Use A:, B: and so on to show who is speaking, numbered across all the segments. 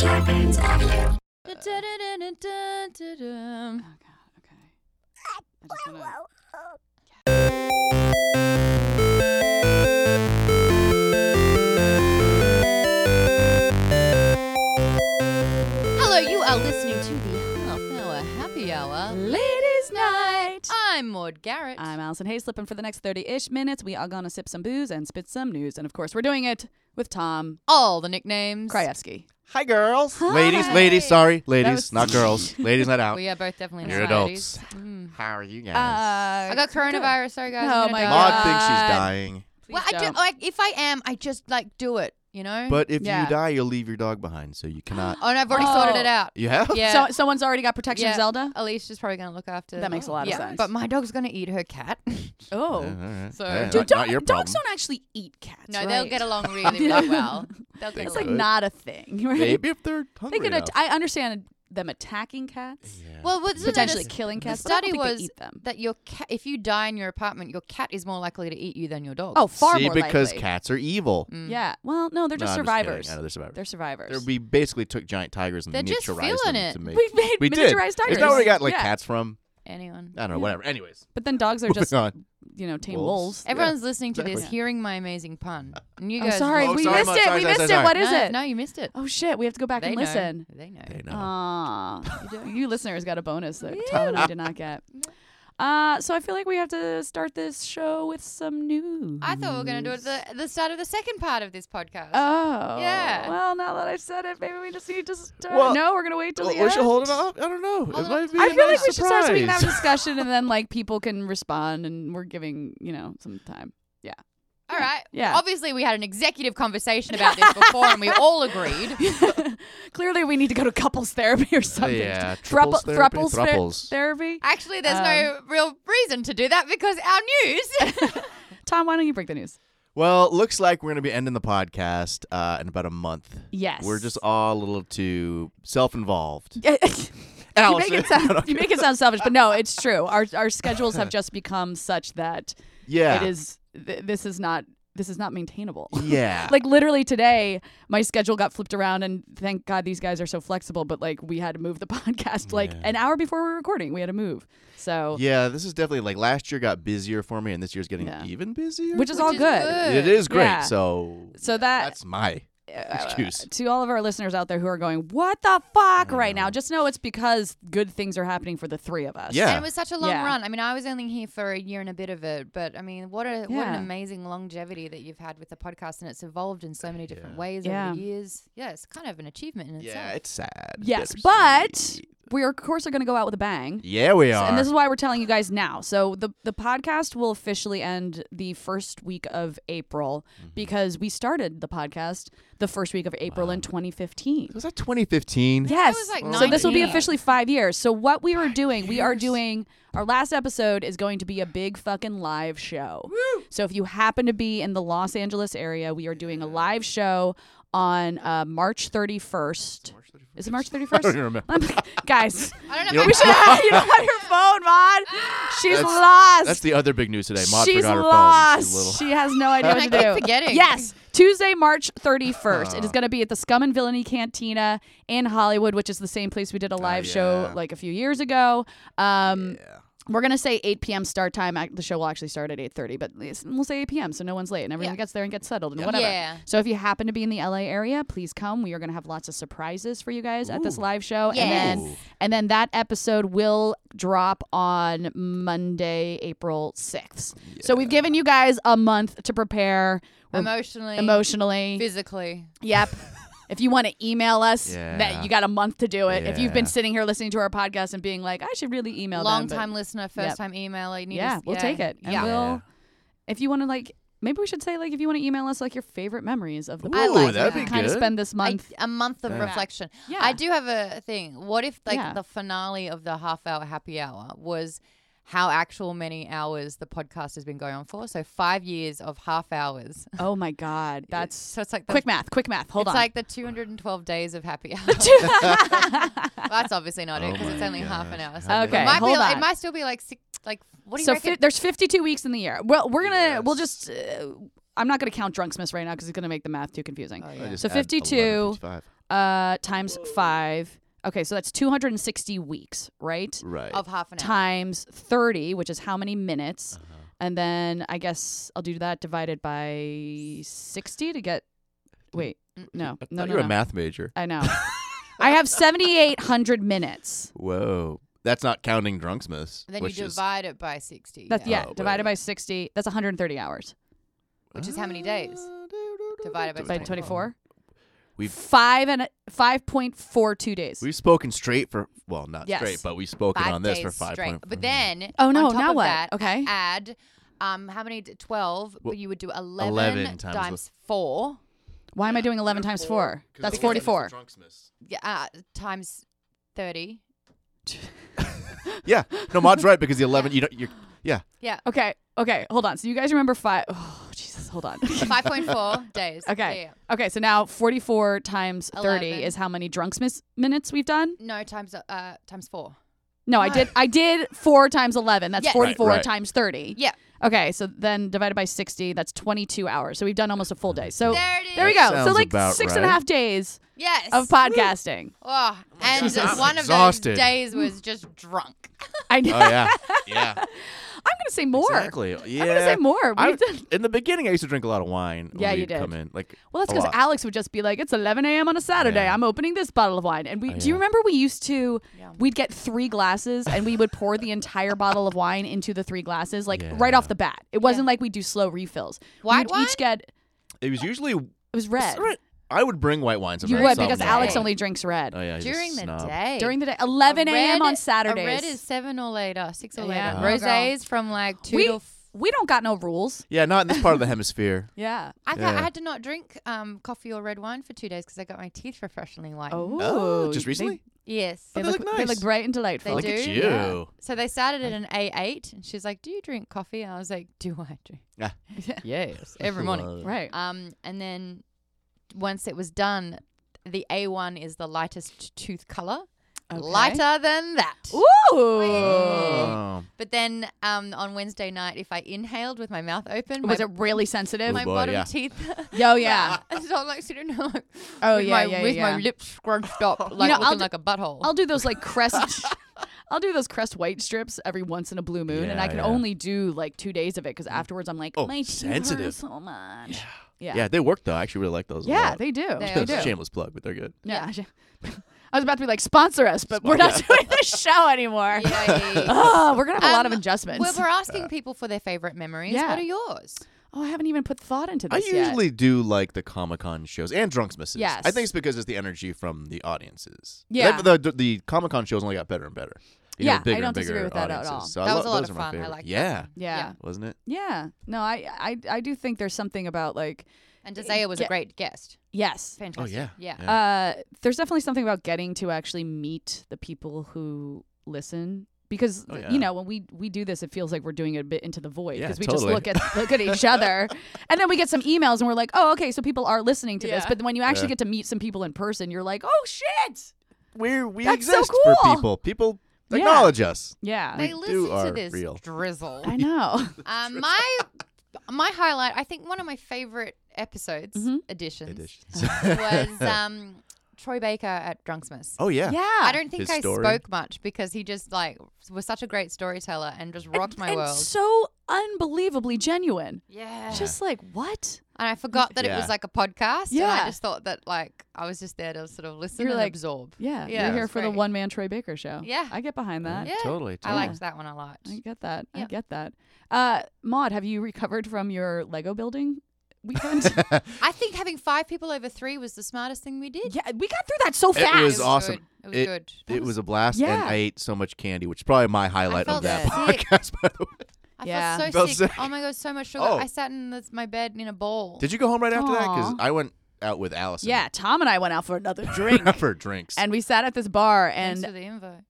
A: Scarpins Audio.
B: Da-da-da-da-da-da-dum.
C: Oh god, okay. I just wanna...
B: Hello, you are listening to the Half Hour Happy Hour.
C: Ladies' night!
B: I'm Maud Garrett.
C: I'm Allison Hayslip, and for the next 30 ish minutes, we are gonna sip some booze and spit some news. And of course, we're doing it with Tom
B: all the nicknames.
C: Krajewski.
D: Hi, girls.
B: Hi.
D: Ladies, ladies, sorry. Ladies,
C: was-
D: not girls. ladies, not out.
B: We are both definitely
D: You're
B: nineties.
D: adults.
B: Mm.
D: How are you guys?
C: Uh,
B: I got coronavirus. Sorry, guys.
C: Oh
B: I'm gonna
C: my
B: die.
D: Maud thinks she's
C: God.
D: dying.
B: Well, I
C: oh,
B: don't. Like, if I am, I just like do it. You know.
D: But if
C: Yeah.
D: you die, you'll leave your dog behind, so you cannot.
B: oh, and I've already
C: Oh.
B: sorted it out.
D: You have?
B: Yeah.
C: So, someone's already got protection
B: yeah.
C: of Zelda?
B: Alicia's probably gonna look after.
C: That makes a lot of
B: yeah.
C: sense.
B: But my dog's gonna eat her cat.
C: Oh.
D: Yeah, all right.
B: So-
D: Yeah,
B: Do
D: Uh, not,
C: dog-
D: not your problem.
C: dogs don't actually eat cats.
B: no, they'll
C: right?
B: get along really, really well. They'll get
D: They
C: It's
B: along.
C: like
D: Good.
C: not a thing, right?
D: Maybe if they're hungry
C: They could
D: enough.
C: at- I understand them attacking cats,
D: Yeah.
B: well, wasn't it a
C: potentially
B: s-
C: killing
B: the
C: cats. but I
B: study
C: don't think they
B: was
C: eat them.
B: that your cat, if you die in your apartment, your cat is more likely to eat you than your dog.
C: Oh, far
D: See,
C: more
D: because
C: likely.
D: cats are evil.
B: Mm.
C: Yeah. Well, no, they're just
D: No, I'm kidding.
C: survivors.
D: I know they're survivors.
C: They're survivors.
D: They're- we basically took giant tigers and
B: They're just
D: miniaturized
B: feeling
D: them
B: it.
D: to make.
C: we made
D: we did.
C: miniaturized tigers.
D: Isn't that where we got like
C: Yeah.
D: cats from?
B: Anyone.
D: I don't know.
C: Yeah.
D: Whatever. Anyways,
C: But then dogs are
D: moving
C: just,
D: on.
C: you know, tame wolves.
D: Wolves. Yeah,
B: Everyone's listening to this,
D: exactly.
B: hearing my amazing pun. And you
C: I'm
B: guys,
C: sorry,
D: Oh,
C: we
D: sorry,
C: missed
D: Mom,
C: it.
D: sorry,
C: we
D: sorry,
C: missed it.
D: sorry.
C: What is
B: no,
C: it?
B: No, you missed it.
C: Oh shit, we have to go back
B: they
C: and
B: know.
C: listen.
B: They know.
D: They know.
C: Aw, you listeners got a bonus that Tom and I did not get. Uh, so I feel like we have to start this show with some news.
B: I thought we were going to do it at the, the start of the second part of this podcast.
C: Oh
B: Yeah.
C: Well, now that I've said it, maybe we just need to start.
D: Well,
C: no, we're gonna wait till
D: Well,
C: the
D: we
C: end.
D: should hold it up. I don't know.
B: Hold
D: it
B: it
D: might
B: up.
D: be
C: I
D: a
C: feel like
D: nice
C: we should start so we can have a
D: surprise.
C: discussion and then like people can respond and we're giving you know some time. Yeah.
B: All right.
C: Yeah.
B: Obviously, we had an executive conversation about this before and we all agreed.
C: Clearly, we need to go to couples therapy or something.
D: Yeah,
C: Thruple-
D: triples therapy,
C: thruples ther-
D: thruples.
C: therapy.
B: Actually, there's no
C: Um,
B: real reason to do that because our news.
C: Tom, why don't you break the news?
D: Well, looks like we're going to be ending the podcast uh, in about a month.
C: Yes.
D: We're just all a little too self-involved.
C: you make it sound you make it sound selfish, but no, it's true. Our our schedules have just become such that
D: yeah.
C: it is th- this is not this is not maintainable.
D: Yeah.
C: like literally today, my schedule got flipped around, and thank God these guys are so flexible. But like we had to move the podcast like
D: Yeah.
C: an hour before we were recording. We had to move, so
D: yeah, this is definitely like last year got busier for me, and this year's getting
C: Yeah.
D: even busier.
C: which is
B: Which
C: all
B: is
C: good.
B: good.
D: it is great.
C: Yeah.
D: So
C: So that- uh,
D: that's my excuse.
C: to all of our listeners out there who are going, "What the fuck?" right now, just know it's because good things are happening for the three of us.
D: Yeah.
B: And it was such a long
C: Yeah.
B: run. I mean, I was only here for a year and a bit of it, but I mean, what a what an
C: Yeah.
B: amazing longevity that you've had with the podcast, and it's evolved in so many different
D: Yeah.
B: ways
C: Yeah.
B: over the years. Yeah, it's kind of an achievement in
D: yeah,
B: itself.
D: it's sad.
C: Yes,
D: Bittersweet.
C: but we are, of course are going to go out with a bang.
D: yeah, we are.
C: And this is why we're telling you guys now. So the the podcast will officially end the first week of April
D: Mm-hmm.
C: because we started the podcast the first week of April in 2015.
D: was that 2015?
C: Yes.
B: was like
C: so this will be
B: 19.
C: officially 5 years. So what we are doing, we are doing our last episode is going to be a big fucking live show. So if you happen to be in the Los Angeles area, we are doing a live show on uh, March 31st. Is it March 31st?
D: I don't even remember.
C: Guys,
B: I don't
D: You
B: know.
D: know-
B: if
C: we should have you don't have your phone, Mod. She's
D: That's-
C: lost.
D: That's the other big news today. Maud
C: She's
D: forgot her phone.
C: lost.
D: She's a little-
C: She has no idea
B: And
C: what
B: I
C: to do.
B: keep forgetting.
C: Yes, Tuesday, March 31st. it is going to be at the Scum and Villainy Cantina in Hollywood, which is the same place we did
B: Oh,
C: a live show
D: yeah.
C: like a few years ago. Um,
D: yeah.
C: We're gonna say 8 p.m. start time. Ac- The show will actually start at 8:30, but it's- we'll say 8 p.m. so no one's late and everyone
B: Yeah.
C: gets there and gets settled and whatever.
B: Yeah.
C: So if you happen to be in the LA area, please come. We are gonna have lots of surprises for you guys at this
D: Ooh.
C: live show, and
B: Yes.
C: then
D: Ooh.
C: and then that episode will drop on Monday, April 6th. So we've given you guys a month to prepare We're-
B: emotionally,
C: emotionally.
B: physically.
C: Yep. if you want to email us,
D: Yeah.
C: that you got a month to do it. If you've been
D: Yeah.
C: sitting here listening to our podcast and being like, I should really email them,
B: Long
C: but-
B: time listener, first time emailer. You need to
C: yeah,
B: s-
C: we'll take it. And
B: Yeah.
C: we'll if you want to like maybe we should say like if you want to email us like your favorite memories of the
D: Ooh,
B: like
D: that'd
B: that.
D: be
C: kind of
D: good.
C: spend this month.
B: A, a month of
D: Yeah.
B: reflection.
C: Yeah.
B: I do have a thing. What if like
C: Yeah.
B: the finale of the half hour happy hour was how actual many hours the podcast has been going on for? So five years of half hours.
C: oh my god, that's
B: So it's like the,
C: quick math, quick math. Hold
B: it's
C: on.
B: like the 212 days of happy hour. Well, that's obviously not it
D: Oh
B: because it's
D: my
B: only half an
D: gosh.
B: hour.
D: How
B: So
C: Okay,
B: it might
C: hold
B: be, like-
C: on.
B: It might still be like six. Like what do you
C: so
B: reckon?
C: fi- there's 52 weeks in the year. Well, we're gonna we'll
D: Yes.
C: just uh, I'm not gonna count drunksmiths right now because it's gonna make the math too confusing.
B: Oh,
D: I
B: yeah.
D: just
C: So
D: add 11,
C: 52.
D: 55.
C: uh, times five. Okay, so that's 260 weeks, right?
D: Right.
B: of half an hour.
C: Times 30, which is how many minutes.
D: Uh-huh.
C: And then I guess I'll do that divided by 60 to get. Wait, no,
D: I
C: no,
D: thought
C: no.
D: you were
C: no.
D: a math major.
C: I know. I have 7,800 minutes.
D: Whoa. That's not counting drunksmiths.
B: Then you
D: which is-
B: divide it by sixty.
C: That's yeah,
D: Oh, wait.
C: divided by 60. That's 130 hours.
B: Which is how many days?
D: Ah,
B: Divided by
C: By
B: 24.
C: 24.
D: We've-
C: five and 5.42 days.
D: We've spoken straight for well, not
C: Yes.
D: straight, but we've spoken
B: Five
D: on this
B: days
D: for five
B: straight.
D: point. Mm-hmm.
B: But then,
C: Oh,
B: on
C: no,
B: top
C: now
B: of
C: what?
B: That,
C: Okay.
B: Add, um, how many? d- Twelve. but you would do eleven,
D: 11 times the-
B: times four.
C: Why am I doing 11 times 4? That's 44.
B: Yeah, uh, times thirty.
D: Yeah, no, Mod's right because the eleven. You don't. You're, yeah,
B: Yeah,
C: Okay. Okay. Hold on. So you guys remember five oh Jesus. Hold on.
B: five point four days.
C: Okay.
B: Yeah, yeah.
C: Okay. So now 44 times 30
B: 11.
C: is how many drunks mis- minutes we've done?
B: No, times uh times four.
C: No, I did. I did four times 11. That's
B: Yes. Right,
C: 44
D: right.
C: times 30.
B: Yeah.
C: Okay. So then divided by 60, that's 22 hours. So we've done almost a full day. So
B: There it is.
C: Oh, there we go. So
D: sounds
C: like
D: about
C: six and a
D: right.
C: half days
B: Yes.
C: of podcasting.
B: oh, and
D: God, I'm
B: one
D: exhausted.
B: of those days
C: Hmm.
B: was just drunk.
C: I know.
D: oh
C: I'm going
D: yeah, yeah,
C: to say more.
D: exactly. Yeah,
C: I'm going to say more.
D: I-
C: We've done-
D: in the beginning, I used to drink a lot of wine. when
C: Yeah, you
D: we'd
C: did.
D: Come in like
C: Well, that's
D: a
C: because
D: lot.
C: Alex would just be like, "It's 11 a.m. on a Saturday.
D: Yeah. Oh,
C: I'm opening this bottle of wine." And we, do you
D: yeah.
C: remember we used to,
B: Yeah.
C: we'd get three glasses and we would pour the entire bottle of wine into the three glasses, like right
D: Yeah.
C: off the bat. It wasn't like we do slow refills. We
B: White
C: would
B: wine?
C: each get. It
D: it was usually
C: was red.
D: Sorry, I would bring white wine.
C: You
D: Sometimes
C: would
D: some
C: because
D: white
C: Alex
D: wine.
C: only drinks red
D: Oh yeah, he's a
B: During the
D: snob.
B: day.
C: during the day.
B: A
C: 11 a.m.
B: red-
C: on Saturdays.
B: A red is seven or later, six or later.
C: Yeah.
D: Oh,
B: Rosés from like two
C: We-
B: to. F-
C: we don't got no rules.
D: Yeah, not in this part of the hemisphere.
C: Yeah.
B: I, got,
D: Yeah.
B: I had to not drink um, coffee or red wine for two days because I got my teeth refreshingly white.
D: Oh, just
C: they-
D: recently.
B: Yes.
C: They,
D: Oh, they
C: look,
D: look
C: they
D: nice.
C: look bright and delightful.
B: They
D: Look
B: do?
D: at you.
B: Yeah. So they started at an A8, and she's like, "Do you drink coffee?" And I was like, "Do I drink?"
D: Ah.
B: yes, every morning.
D: Love it.
C: Right.
B: Um, and then once it was done, the A1 is the lightest tooth color,
C: Okay.
B: lighter than that.
C: Ooh.
D: Oh.
B: But then um, on Wednesday night, if I inhaled with my mouth open,
C: Was
B: my,
C: it really sensitive?
B: my
D: boy,
B: bottom
D: yeah.
B: teeth.
C: Yo, yeah.
B: and so I'm like sitting there, like,
C: Oh
B: with
C: yeah,
B: my,
C: yeah,
B: with
C: yeah.
B: my lips scrunched up, like
C: know, I'll
B: looking
C: d-
B: like a butthole.
C: I'll do those like crest. I'll do those crest white strips every once in a blue moon, and I
D: Yeah,
C: can
D: yeah.
C: only do like two days of it because afterwards I'm like,
D: Oh,
C: my teeth hurt
D: sensitive.
C: so much. Yeah,
D: Yeah, they work though. I actually really like those. a
C: Yeah,
D: lot.
C: they do.
B: They
C: They
B: are
D: It's a
C: do.
D: shameless plug, but they're good.
C: Yeah. I was about to be like, sponsor us, but we're not doing this show anymore.
B: Yay.
C: Oh, we're gonna have a lot of
B: Um,
C: adjustments.
B: Well, we're asking people for their favorite memories.
C: uh, Yeah.
B: What are yours?
C: oh, I haven't even put thought into
D: I
C: this yet.
D: usually do like the Comic Con shows and Drunksmisses.
C: Yes.
D: I think it's because it's the energy from the audiences.
C: Yeah.
D: The, the, the Comic Con shows only got better and better. You
C: Yeah, I
D: know, bigger
C: don't
D: and bigger
C: disagree with that at
D: audiences.
C: all.
D: So I
B: that was
D: lo-
B: a lot
D: those
B: of
D: are my
B: fun. I
D: favorite.
B: like
D: Yeah.
C: yeah. yeah.
D: Wasn't it?
C: No, I, I I do think there's something about like
B: And Desea was
C: Yeah.
B: a great guest.
C: yes.
D: Oh,
B: Fantastic.
D: yeah.
B: Yeah.
C: Uh, there's definitely something about getting to actually meet the people who listen because
D: Oh, yeah.
C: you know when we we do this it feels like we're doing it a bit into the void
D: Yeah,
C: because we
D: totally.
C: just look at look at each other and then we get some emails and we're like oh okay so people are listening to this
B: Yeah.
C: but then when you actually
D: Yeah.
C: get to meet some people in person you're like oh shit
D: We're, we
C: That's so
D: exist
C: cool.
D: for people. People
C: Yeah.
D: acknowledge us.
C: yeah
B: they
D: do
B: listened to
D: are
B: this
D: real.
B: drizzle.
C: I know
B: um, my my highlight, I think one of my favorite episodes
C: Mhm.
B: editions
D: Editions.
C: Uh,
B: was um, Troy Baker at Drunksmas.
D: oh, yeah.
C: yeah
B: I don't think
D: His
B: I
D: story.
B: spoke much because he just like was such a great storyteller and just rocked my
C: and
B: world.
C: so unbelievably genuine
B: yeah.
C: just like what
B: and I forgot that it
D: Yeah.
B: was like a podcast. And
C: Yeah.
B: I just thought that like I was just there to sort of listen
C: You're
B: and
C: like- oh.
B: absorb.
C: yeah,
B: Yeah,
C: you're here
B: it's
C: for the
B: great.
C: one man Troy Baker show
B: Yeah.
C: I get behind that
B: Yeah.
D: Totally.
B: I
D: totally.
B: liked that one a lot.
C: I get that. I
B: Yep.
C: get that. Uh, Maud, have you recovered from your Lego building weekend?
B: I think having five people over three was the smartest thing we did.
C: yeah, we got through that so
D: It
C: fast.
D: was awesome.
B: good. It was
D: It-
B: good.
D: It was a blast, and
C: Yeah.
D: I ate so much candy, which is probably my highlight
B: felt
D: of that
B: sick.
D: podcast, by the way.
B: I
C: Yeah.
B: felt so
D: Felt
B: sick.
D: sick.
B: Oh my god, so much sugar.
D: Oh.
B: I sat in this, my bed in a bowl.
D: Did you go home right after that? Because
C: Aw.
D: I went out with Allison.
C: yeah, Tom and I went out for another drink,
D: for drinks.
C: and we sat at this bar,
B: Thanks
C: and
B: for the invite.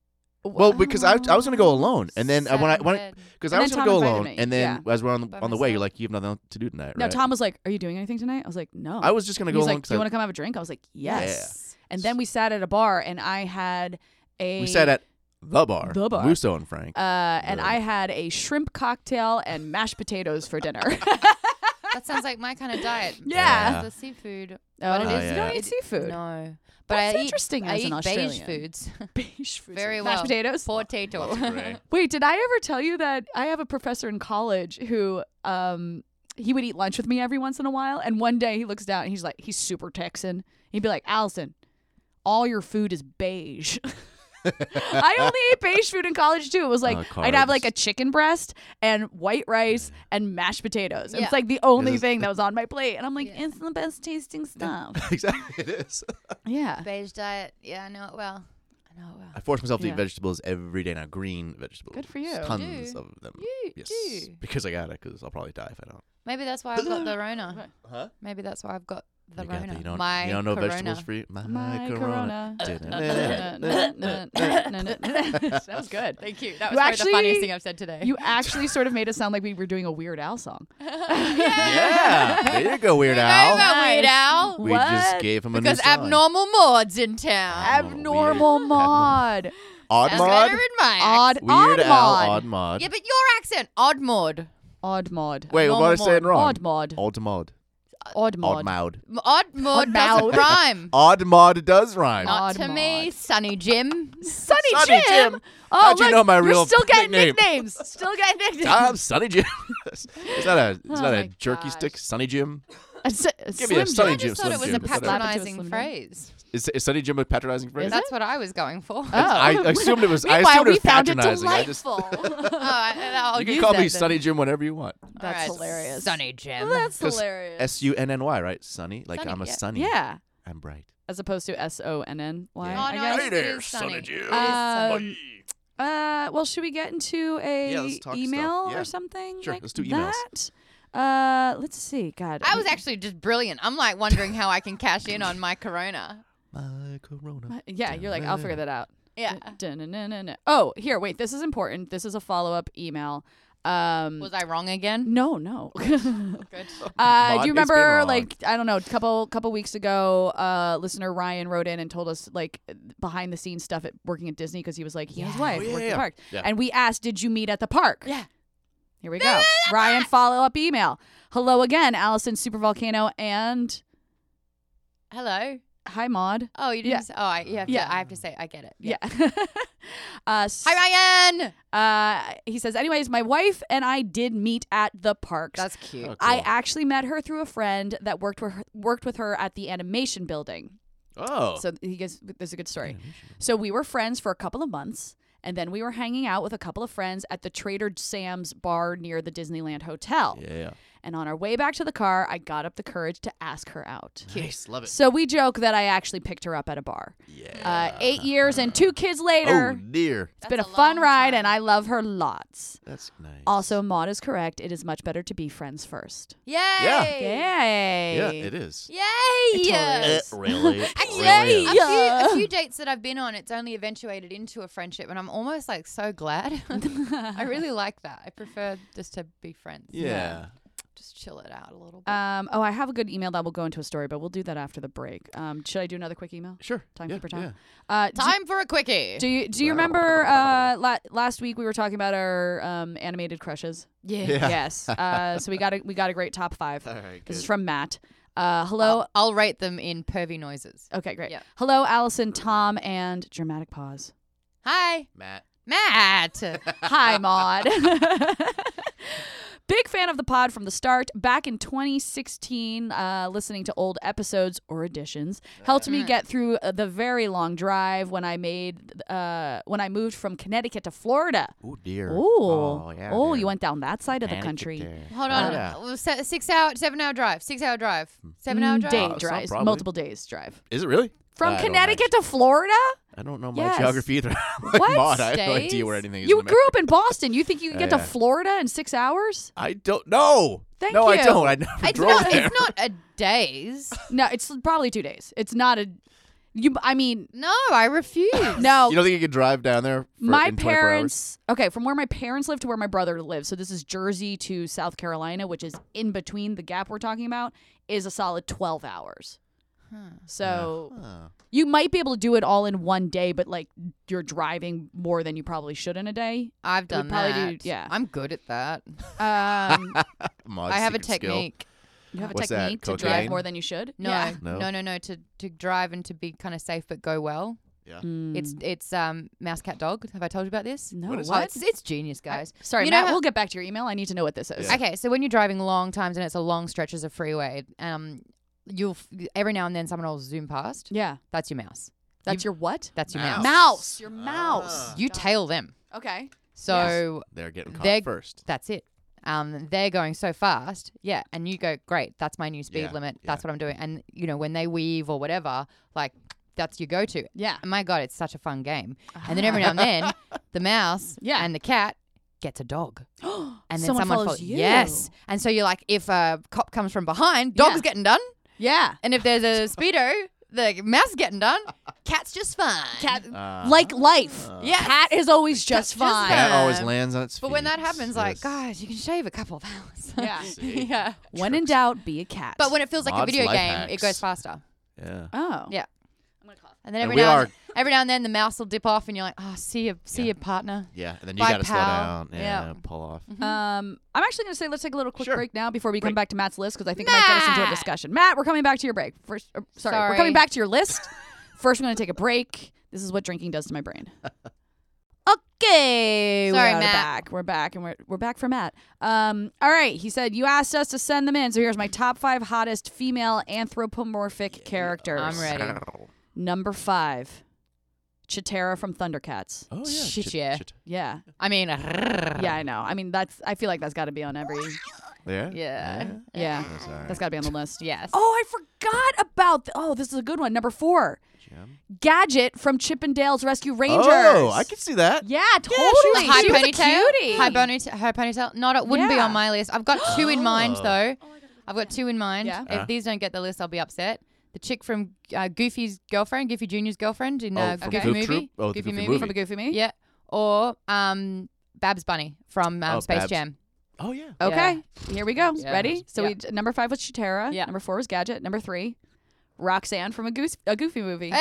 D: well, because I, I was going to go alone, and then I,
B: Sat
D: when I
B: in
D: when I-
B: bed.
D: Because
C: And
D: I was
C: then
D: going to
C: Tom
D: go
C: invited
D: alone,
C: me.
D: and then as we're on the,
B: By
D: on the way, you're
B: myself.
D: like, you have nothing to do tonight,
C: no,
D: right?
C: Tom was like, "Are you doing anything tonight?" I was like, "No."
D: I was just going
C: He
D: to go
C: was
D: alone.
C: like, "Do
D: 'cause
C: you
D: I-
C: want to come have a drink?" I was like, "Yes." And then we sat at a bar, and I had a
D: we sat at the bar,
C: The bar.
D: Musso and Frank.
C: uh, and
D: the-
C: I had a shrimp cocktail and mashed potatoes for dinner. Oh,
B: That sounds like my kind of diet.
C: Yeah.
B: The seafood.
C: oh,
B: But it
D: Oh,
B: is
D: yeah.
C: you don't eat seafood.
B: No. But
C: That's
B: I
C: interesting
B: eat, I
C: as an
B: eat beige
C: Australian.
B: foods
C: Beige fruit
B: very well.
C: Mashed potatoes.
B: Potato.
D: Gray.
C: Wait, did I ever tell you that I have a professor in college who um he would eat lunch with me every once in a while and one day he looks down and he's like he's super Texan. He'd be like, "Allison, all your food is beige." I only ate beige food in college too. It was like
D: Uh,
C: I'd have
D: carbs.
C: like a chicken breast and white rice and mashed potatoes. And It's
B: Yeah.
C: like the only
D: This is-
C: thing that was on my plate, and I'm like,
B: Yeah.
C: it's the best tasting stuff.
D: exactly. It is.
C: yeah,
B: beige diet. Yeah, I know it well. I know it well.
D: I force myself to
C: Yeah.
D: eat vegetables every day now. Green vegetables.
C: Good for you.
D: Tons
B: Do.
D: of them.
B: You
D: yes.
B: do.
D: Because I gotta. Because I'll probably die if I don't.
B: Maybe that's why I've got the Rona.
C: Right.
D: Huh?
B: Maybe that's why I've got the
D: you,
B: Rona.
D: got the- you don't,
B: My
D: you don't know
B: corona.
D: vegetables for you? My,
C: my
D: corona.
C: corona.
D: That
C: that was good.
B: Thank you. That
C: You
B: was probably
C: actually-
B: the funniest thing I've said today.
C: You actually sort of made it sound like we were doing a Weird Al song.
D: yeah. There you go, Weird
B: Remember
D: Al.
B: Weird
C: Nice.
B: Al?
D: We just
C: What?
D: gave him a
B: Because
D: new song.
B: abnormal mods in town.
C: Abnormal
D: Weird.
C: mod.
D: Odd
B: That's
D: mod.
B: better in my
C: Odd,
B: accent.
C: odd
D: Weird Al.
C: mod.
D: Odd mod.
B: Yeah, but your accent, odd mod,
C: Odd mod.
D: Wait, what am I
B: abnormal
D: saying wrong?
C: Odd mod.
D: Odd mod.
C: Odd
D: Odd
C: mod.
D: mod.
B: M- odd mod doesn't
C: mouth.
B: rhyme.
D: Odd mod does rhyme.
B: Not
C: Odd
B: to me,
C: mod.
B: Sunny Jim.
C: Sunny,
D: Sunny
C: Jim.
D: Jim.
C: Oh,
D: How'd you
C: look,
D: know my
C: you're
D: real
C: still getting
D: nickname? Uh,
C: nicknames. Still getting nicknames.
D: I'm Sunny Jim. is that a is that
C: Oh my
D: a jerky
C: gosh.
D: stick? Sunny Jim.
C: A s- a
D: Give me
C: Slim
D: a Sunny
B: I
C: Uh, Jim.
D: Jim,
B: just thought it was
D: Slim
B: a
D: Jim. Slap into
C: a
B: patronising
C: Slim Jim.
B: phrase.
D: Is, is Sunny Jim a patronizing phrase?
C: Is
B: That's what I was going for.
C: Oh.
D: I I assumed it was. I
C: Meanwhile,
D: assumed it
C: we
D: was
C: found it
D: patronizing. I just,
C: delightful.
B: oh, I, will
D: you can call me Sunny Jim whenever you want.
C: That's hilarious.
B: Sunny Jim.
C: That's
D: 'Cause
C: hilarious.
D: S U N N Y, right? Sunny. Like
B: Sunny,
D: I'm a
B: yeah.
D: sunny.
C: yeah.
D: I'm bright.
C: As opposed to S O N N Y.
D: Yeah.
B: Oh,
C: I
B: no,
C: guess.
B: it is Sunny. It is
C: Um,
B: Sunny.
C: Uh, well, should we get into a
D: Yeah, let's talk stuff.
C: email
D: Yeah.
C: or something?
D: Sure,
C: like
D: let's do emails.
C: That? Uh, let's see. God,
B: I was
C: we-
B: actually just brilliant. I'm like wondering how I can cash in on my corona.
D: My corona.
C: Uh, Yeah, you're like, I'll figure that out.
B: Yeah.
C: Dun- dun- dun- dun- dun. Oh, here, wait. This is important. This is a follow up email. Um,
B: Was I wrong again?
C: no, no.
B: Good.
C: Uh,
D: Mod
C: do you
D: is being
C: remember,
D: wrong.
C: like, I don't know, a couple couple weeks ago, uh, listener Ryan wrote in and told us like behind the scenes stuff at working at Disney because he was like he and his
B: Yeah.
C: wife
D: Oh, yeah,
C: worked at
D: yeah.
C: the park,
D: Yeah.
C: and we asked, did you meet at the park?
B: Yeah.
C: Here we go. Ryan follow up email. Hello again, Allison Super Volcano, and
B: Hello.
C: hi Maud.
B: Oh, you didn't.
C: Yeah.
B: Say, oh, I, you have
C: Yeah.
B: To, I have to say, I get it.
C: Yeah. uh, s-
B: Hi, Ryan.
C: uh, he says, anyways, my wife and I did meet at the parks.
B: That's cute.
D: Oh,
C: I
D: cool.
C: actually met her through a friend that worked with her, worked with her at the animation building.
D: Oh.
C: So he gives there's a good story. So we were friends for a couple of months, and then we were hanging out with a couple of friends at the Trader Sam's bar near the Disneyland Hotel.
D: yeah.
C: And on our way back to the car, I got up the courage to ask her out.
D: Nice. Love it.
C: So we joke that I actually picked her up at a bar.
D: Yeah.
C: Uh, eight years and two kids later,
D: Oh dear.
C: it's been a,
B: That's a
C: fun
B: long
C: ride,
B: time.
C: and I love her lots.
D: That's nice.
C: Also, Maud is correct. It is much better to be friends first.
B: Yay.
C: Yay!
D: Yeah, it is.
B: Yay.
C: It totally
D: It really, it
B: Actually,
D: really
B: a,
D: is.
B: few,
C: Yeah.
B: a few dates that I've been on, it's only eventuated into a friendship, and I'm almost like so glad. I really like that. I prefer just to be friends.
D: Yeah.
B: Just chill it out a little bit.
C: Um, oh, I have a good email that will go into a story, but we'll do that after the break. Um, should I do another quick email?
D: Sure.
C: Timekeeper
D: yeah,
C: time.
D: yeah.
C: Uh, do-
B: Time for a quickie.
C: Do, you do you remember uh, la- last week we were talking about our um, animated crushes?
B: yeah.
D: Yeah.
C: Yes. Uh, so we got a we got a great top five.
D: All right.
C: This is
D: Good.
C: from Matt. Uh, hello.
B: I'll, I'll rate them in pervy noises.
C: okay, great.
B: Oh. yeah.
C: Hello, Allison, Tom, and dramatic pause.
B: Hi,
D: Matt.
B: Matt.
C: Hi, Maud. Big fan of the pod from the start. Back in 2016, uh, listening to old episodes or editions helped
B: Mm.
C: me get through uh, the very long drive when I made uh, when I moved from Connecticut to Florida.
D: Oh dear.
C: Oh,
D: yeah,
C: oh,
D: dear.
C: you went down that side of the
D: Panic
C: country.
D: there. uh,
B: Hold on.
D: Yeah.
B: Well, se- Six hour, seven hour drive. Six hour drive. Seven hour
C: Mm,
B: drive.
C: Day
D: Oh, so
C: drives,
D: probably.
C: multiple days drive
D: Is it really?
C: from
D: I don't
C: Connecticut to Florida.
D: I don't know my
C: Yes.
D: geography either. like
C: What
D: Maud, I have no idea where
B: states?
D: anything is.
C: You
D: in America.
C: grew up in Boston. You think you can
D: Yeah,
C: get
D: yeah.
C: to Florida in six hours?
D: I don't know.
C: Thank
D: no,
C: you.
D: I don't. I never
B: It's
D: drove
B: not,
D: there.
B: it's not a days.
C: No, it's probably two days. It's not a. You, I mean,
B: No, I refuse.
C: no.
D: You don't think you could drive down there? For,
C: my
D: in 24 hours?
C: parents okay from where my parents live to where my brother lives so this is jersey to south carolina which is in between the gap we're talking about is a solid 12 hours so
D: Huh.
C: you might be able to do it all in one day but like you're driving more than you probably should in a day
B: I've done
C: probably do-
B: that.
C: yeah.
B: I'm good at that.
C: um,
D: Maud's
B: I have a
D: secret skill.
B: technique.
C: You have a
D: What's that,
C: technique to drive
D: cocaine?
C: more than you should.
B: No,
C: Yeah.
D: No?
B: no, no, no. To to drive and to be kind of safe but go well.
C: Mm.
B: It's it's um mouse cat dog. Have I told you about this?
C: no.
D: What is
B: Oh, it's it's genius, guys.
C: Sorry,
B: You know
C: Matt.
B: how-
C: we'll get back to your email. I need to know what this is.
D: Yeah.
B: Okay, so when you're driving long times and it's a long stretches of freeway, um, you'll f- every now and then someone will zoom past.
C: Yeah.
B: That's your mouse.
C: That's your what?
B: That's your
D: Mouse.
B: mouse.
C: Mouse. Your mouse.
D: Oh. Ah.
B: You tail them.
C: Okay.
B: So
D: They're getting caught
B: They're-
D: first.
B: that's it. Um, they're going so fast, yeah, and you go, great, that's my new speed
D: Yeah,
B: limit. That's what I'm doing. And you know when they weave or whatever, like that's your go-to.
C: Yeah.
B: And my God, it's such a fun game. And then every now and then, the mouse
C: Yeah.
B: and the cat gets a dog. And then
C: Someone
B: someone
C: follows
B: follows
C: you.
B: Yes. And so you're like, if a cop comes from behind, dog's
C: Yeah.
B: getting done.
C: Yeah.
B: And if there's a speedo, the mouse getting done. Cat's just fine.
C: Cat,
D: Uh,
C: like life.
B: Yes.
C: Cat is always just
B: just
C: fine.
D: Cat always
B: Um,
D: lands on its feet.
B: But when that happens, like,
D: Yes.
B: guys, you can shave a couple of hours.
C: Yeah.
D: See?
B: yeah.
C: When in doubt, be a cat.
B: But when it feels like a
D: Mod's
B: video
D: life
B: game, it
D: hacks.
B: goes faster.
D: Yeah.
C: oh
B: Yeah.
C: I'm gonna cough.
B: And then every
D: we
B: now
D: are.
B: and, every now and then the mouse will dip off and you're like, oh, see you, see
D: Yeah.
B: your partner.
D: Yeah. And then you
B: Bye,
D: got to slow
B: pal.
D: down. Yeah.
B: Yeah.
D: Pull off.
B: Mm-hmm.
C: Um, I'm actually going to say let's take a little quick
D: Sure.
C: break now before we come back to Matt's list because I think it might get us into a
B: Matt!
C: discussion. Matt, we're coming back to your break. First, uh, sorry, we're
B: Sorry.
C: coming back to your list. First, we're going to take a break. This is what drinking does to my brain. Okay,
B: Sorry,
C: we're
B: Matt.
C: back. We're back, and we're we're back for Matt. Um, all right. He said you asked us to send them in, so here's my top five hottest female anthropomorphic characters.
B: I'm ready.
C: Number five, Chitara from Thundercats.
D: Oh, yeah.
B: Shit,
D: Chit-
B: yeah.
D: chit.
C: Yeah,
B: I mean,
C: yeah, I know. I mean, that's. I feel like that's got to be on every.
D: Yeah.
B: Yeah.
C: Yeah,
D: That's all right.
C: that's got to be on the list.
B: Yes.
C: Oh, I forgot about. th- oh, this is a good one. Number four,
D: Jim.
C: Gadget from Chippendales Rescue Rangers.
D: Oh, I can see that.
C: Yeah, totally.
B: The
C: she
B: high
C: was a
B: ponytail.
C: cutie.
B: High ponytail. High ponytail. Not. It wouldn't be
C: Yeah.
B: on my list. I've got two in mind
D: Oh.
B: though. I've got two in mind.
C: Yeah.
D: Uh.
B: If these don't get the list, I'll be upset. The chick from uh, Goofy's girlfriend, Goofy Junior's girlfriend in
D: Oh,
B: uh,
D: from
B: Goofy
D: Goof
B: movie.
D: Troop? Oh, the Goofy movie.
C: from a Goofy Me.
B: Yeah. Or um, Babs Bunny from um,
D: Oh,
B: Space
D: Babs.
B: Jam.
D: Oh, yeah.
C: Okay, here we go.
B: Yeah.
C: Ready? So
B: Yeah.
C: we number five was Chitara.
B: Yeah.
C: Number four was Gadget. Number three, Roxanne from a Goose a Goofy movie.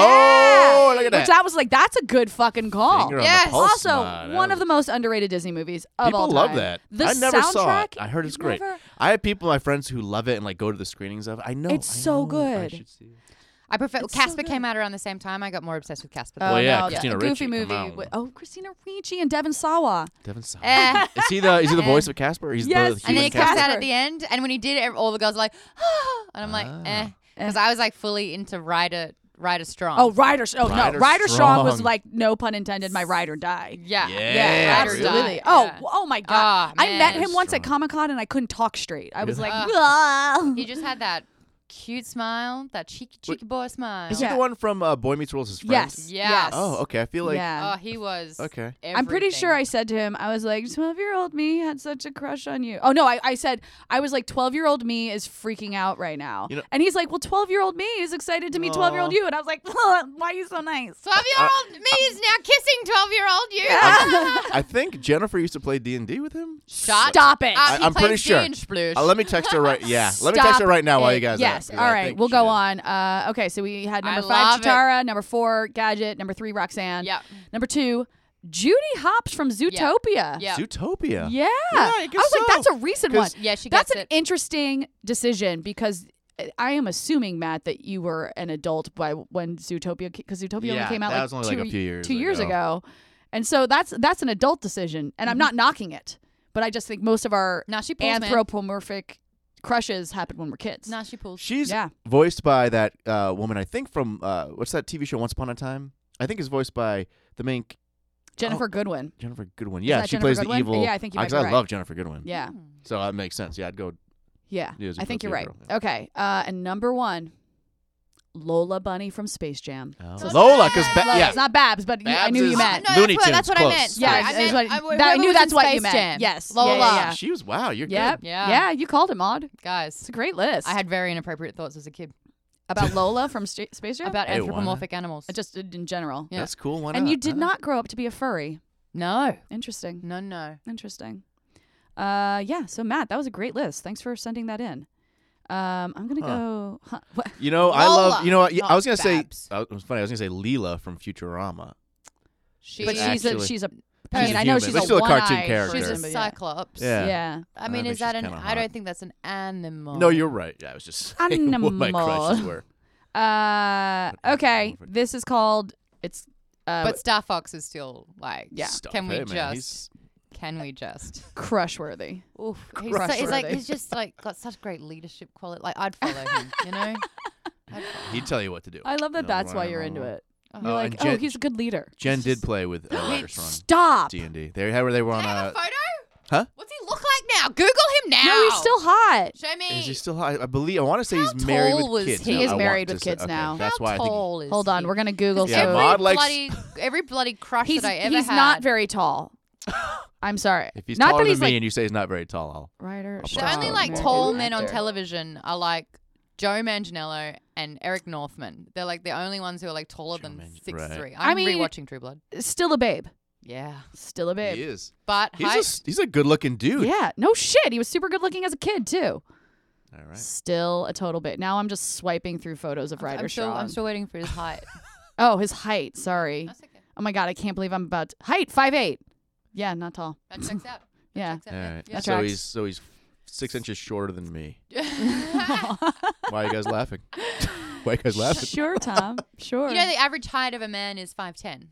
D: Oh, look at
C: Which that was like that's a good fucking call.
D: Finger on the
B: Yes.
D: pulse,
C: Oh, also,
D: man.
C: one of the most underrated Disney movies of
D: People
C: all time.
D: love that.
C: The
D: I never
C: soundtrack,
D: saw it. I heard it's
C: you've
D: great.
C: never-
D: I have people, my friends, who love it and like go to the screenings of. it. I know
C: It's
D: I
C: so
D: know, I
C: good.
D: should see it.
B: I prefer.
C: It's so
B: Casper
C: good.
B: came out around the same time. I got more obsessed with Casper.
C: Oh,
D: Well, yeah,
C: no,
D: Christina
C: the Goofy
D: Ricci, come
C: movie.
D: on.
C: with- oh, Christina Ricci and Devin Sawa.
D: Devin Sawa.
B: Eh.
D: is he the is he the
B: Eh.
D: voice of Casper? He's
C: Yes.
D: the
C: And
D: human
B: and then he
D: Casper.
B: comes out
C: Casper.
B: at the end, and when he did it, ev- all the girls were like, and I'm like,
D: Ah.
B: eh, because I was like fully into Ryder, Ryder Strong.
C: Oh, Ryder. Oh no,
D: Ryder
C: Ryder Strong was
D: Strong.
C: like no pun intended. My ride or die.
B: yeah,
D: Yeah,
C: Yeah,
B: Ride or
D: really?
C: absolutely.
B: die,
C: Oh,
B: yeah.
C: w- oh my
B: Ah,
C: god! I met
B: man.
C: him once at
D: Strong.
C: Comic Con and I couldn't talk straight. I was like,
B: Ugh.
C: "Whoa."
B: Uh, He just had that cute smile, that cheeky
D: Wait,
B: cheeky boy smile.
D: Is
C: Yeah.
D: he the one from uh, Boy Meets World? His friend.
C: yes,
B: Yeah.
C: yes.
D: Oh, okay. I feel like.
C: yeah.
B: Oh, he was.
D: Okay.
C: I'm pretty sure I
B: everything.
C: said to him, I was like, 12 year old me had such a crush on you. Oh, no, I, I said, I was like, 12 year old me is freaking out right now.
D: You know-
C: and he's like, Well, 12 year old me is excited to meet 12 year old
D: Aw.
C: you. And I was like, Why are you so nice?
B: Twelve-year-old
D: Uh,
B: me is now kissing twelve-year-old you. Uh,
D: I think Jennifer used to play D and D with him.
B: Shut
C: Stop it.
B: up.
D: I-
B: he
D: I'm pretty
B: plays
D: sure.
B: Dean Sploosh.
D: Uh, let me text her right. Yeah. Let me
C: Stop
D: text her right now while you
C: it.
D: guys.
C: Yes.
D: Are,
C: All right. We'll go on. Uh, okay. So we had
B: I
C: number five,
B: love it.
C: Chitara. Number four, Gadget. Number three, Roxanne.
B: Yep.
C: Number two, Judy Hopps from Zootopia.
B: Yeah.
D: Zootopia.
C: Yeah. I
D: I guess
C: was like,
D: so.
C: that's a recent one.
D: 'Cause-
B: Yeah, she
C: That's
B: gets
C: an
B: it.
C: interesting decision because uh, I am assuming Matt that you were an adult by when Zootopia because Zootopia only
D: Yeah,
C: came out
D: that
C: like,
D: was only,
C: two,
D: like, a few years
C: two years ago.
D: ago.
C: and so that's that's an adult decision, and I'm not knocking it, but I just think most of our
B: Nah, she Mm-hmm. pulls, man.
C: anthropomorphic crushes happen when we're kids.
B: Nah, she pulls.
D: She's
C: Yeah.
D: voiced by that uh, woman. I think from uh, what's that TV show? Once Upon a Time. I think is voiced by the main c-
C: Jennifer
D: Oh.
C: Goodwin.
D: Jennifer Goodwin. Yeah,
C: that
D: she
C: Jennifer
D: plays
C: Goodwin?
D: the evil.
C: Yeah, I think you might
D: Because
C: be
D: I
C: right.
D: love Jennifer Goodwin.
C: Yeah,
B: Hmm.
D: So that makes sense. Yeah, I'd go.
C: yeah.
D: Yeah,
C: I think
D: Zootopia
C: you're right.
D: girl,
C: Okay, uh, and number one, Lola Bunny from Space Jam.
D: Oh. Lola, because
B: Lola.
D: yeah,
C: It's not Babs, but you- I
D: Babs
C: knew you
D: is-
C: meant.
B: Oh, no,
D: Looney
B: that's what, that's
D: Tunes,
B: what I
D: close.
B: meant. Sorry,
C: Yeah,
B: I
C: that's
B: meant,
C: what-
B: I, whoever
C: that- I knew
B: was
C: that's
B: in
C: what you
B: Space
C: meant.
B: Jam.
C: Yes. Yeah, yeah,
B: Lola.
C: yeah.
D: she was wow. You're
C: Yep.
D: good.
B: Yeah.
C: Yeah, you called him Maud. It's
B: Guys,
C: a great list.
B: I had very inappropriate thoughts as a kid
C: about Lola from Sta- Space Jam.
B: about
D: Hey, why not?
B: anthropomorphic animals.
C: Uh, just in in general.
B: Yeah.
D: That's cool. Why
C: And
D: not?
C: you did
D: Why
C: not grow up to be a furry.
B: No,
C: Interesting.
B: no, no.
C: Interesting. Uh, yeah. So Matt, that was a great list. Thanks for sending that in. Um, I'm gonna
D: Huh.
C: go. Huh, what?
D: You know, I love.
B: Lola,
D: You know, what?
B: not
D: I was gonna
B: Babs.
D: say. I was, it was funny. I was gonna say Leela from Futurama.
B: She,
C: but she's
D: actually-
C: a she's a I mean,
D: She's a
C: I know
D: human.
C: she's
D: They're
C: a
D: still a cartoon
C: one-eyed
D: character.
B: She's a
C: person, but yeah.
B: cyclops.
D: Yeah.
C: Yeah.
B: I
D: I
B: mean,
D: think
B: is that
D: she's
B: an?
D: kinda
B: I don't
D: hot.
B: think that's an animal.
D: No, you're right. Yeah, I was just saying what my crushes
C: Oh. Animal.
D: were.
C: Uh, okay.
D: Perfect.
C: This is called. It's. Uh,
B: But Star Fox is still like.
C: Yeah.
D: Stop
B: Can we
D: it, man. He's-
B: just? Can we just?
C: crush worthy.
B: Oof. He's, so, he's like
C: Crush-worthy.
B: he's just like got such great leadership quality. Like I'd follow him. You know. I'd follow
D: He'd tell you what to do.
C: I love that.
D: No,
C: that's why
D: no,
C: you're
D: no,
C: into
D: no.
C: it.
B: Oh.
C: You're
D: Oh,
C: like,
D: and
C: oh,
D: Jen-
C: he's a good leader.
D: Jen did play with uh,
B: Wait,
D: Writer's Run
C: Stop.
D: D and D. They had where they were on uh,
B: Can I have a
D: a.
B: photo?
D: Huh?
B: What's he look like now? Google him now.
C: No, he's still hot.
B: Show me.
D: Is he still? high? I believe. I want to say he's married
B: tall was
D: with kids.
B: he?
D: now.
B: He is
D: I want
C: married
D: to
C: with
D: say-
C: kids
D: okay,
C: now.
D: That's
B: How
D: why I think. he-
B: tall is
C: Hold on,
B: he?
C: we're gonna Google.
D: Yeah,
C: so
D: Mod
B: every
D: likes-
B: bloody every bloody crush
C: he's
B: that I ever
C: he's
B: had.
C: not very tall. I'm sorry.
D: If he's
C: not
D: taller
C: that he's
D: than me
C: like
D: and you say he's not very tall, I'll.
C: writer.
D: I'll
B: The
D: Sure.
B: only
D: Oh,
B: like
D: American
B: tall men on television are like Joe Manganiello and Eric Northman. They're like the only ones who are like taller
D: Joe
B: than
D: Mangan-
B: six
D: right.
B: three.
C: I
B: I'm
C: mean-
B: rewatching True Blood.
C: Still a babe.
B: Yeah,
C: Still a
D: He
C: babe.
D: is.
B: but
D: He's
B: height-
D: a, s- he's a good looking dude.
C: Yeah. No shit. He was super good looking as a kid too.
D: All right.
C: Still a total babe. Now I'm just swiping through photos of Ryder
B: I'm still
C: Strong.
B: I'm still waiting for his height.
C: Oh, his height. Sorry.
B: That's okay.
C: Oh my god, I can't believe I'm about to- height five eight. Yeah, not tall.
B: That checks out.
C: Yeah.
B: Checks out.
D: All
B: yeah.
D: right.
B: Yeah.
D: So
C: tracks.
D: he's so he's six inches shorter than me. Why are you guys laughing? Why are you guys laughing?
C: Sure, Tom. Sure.
B: you know the average height of a man is five ten.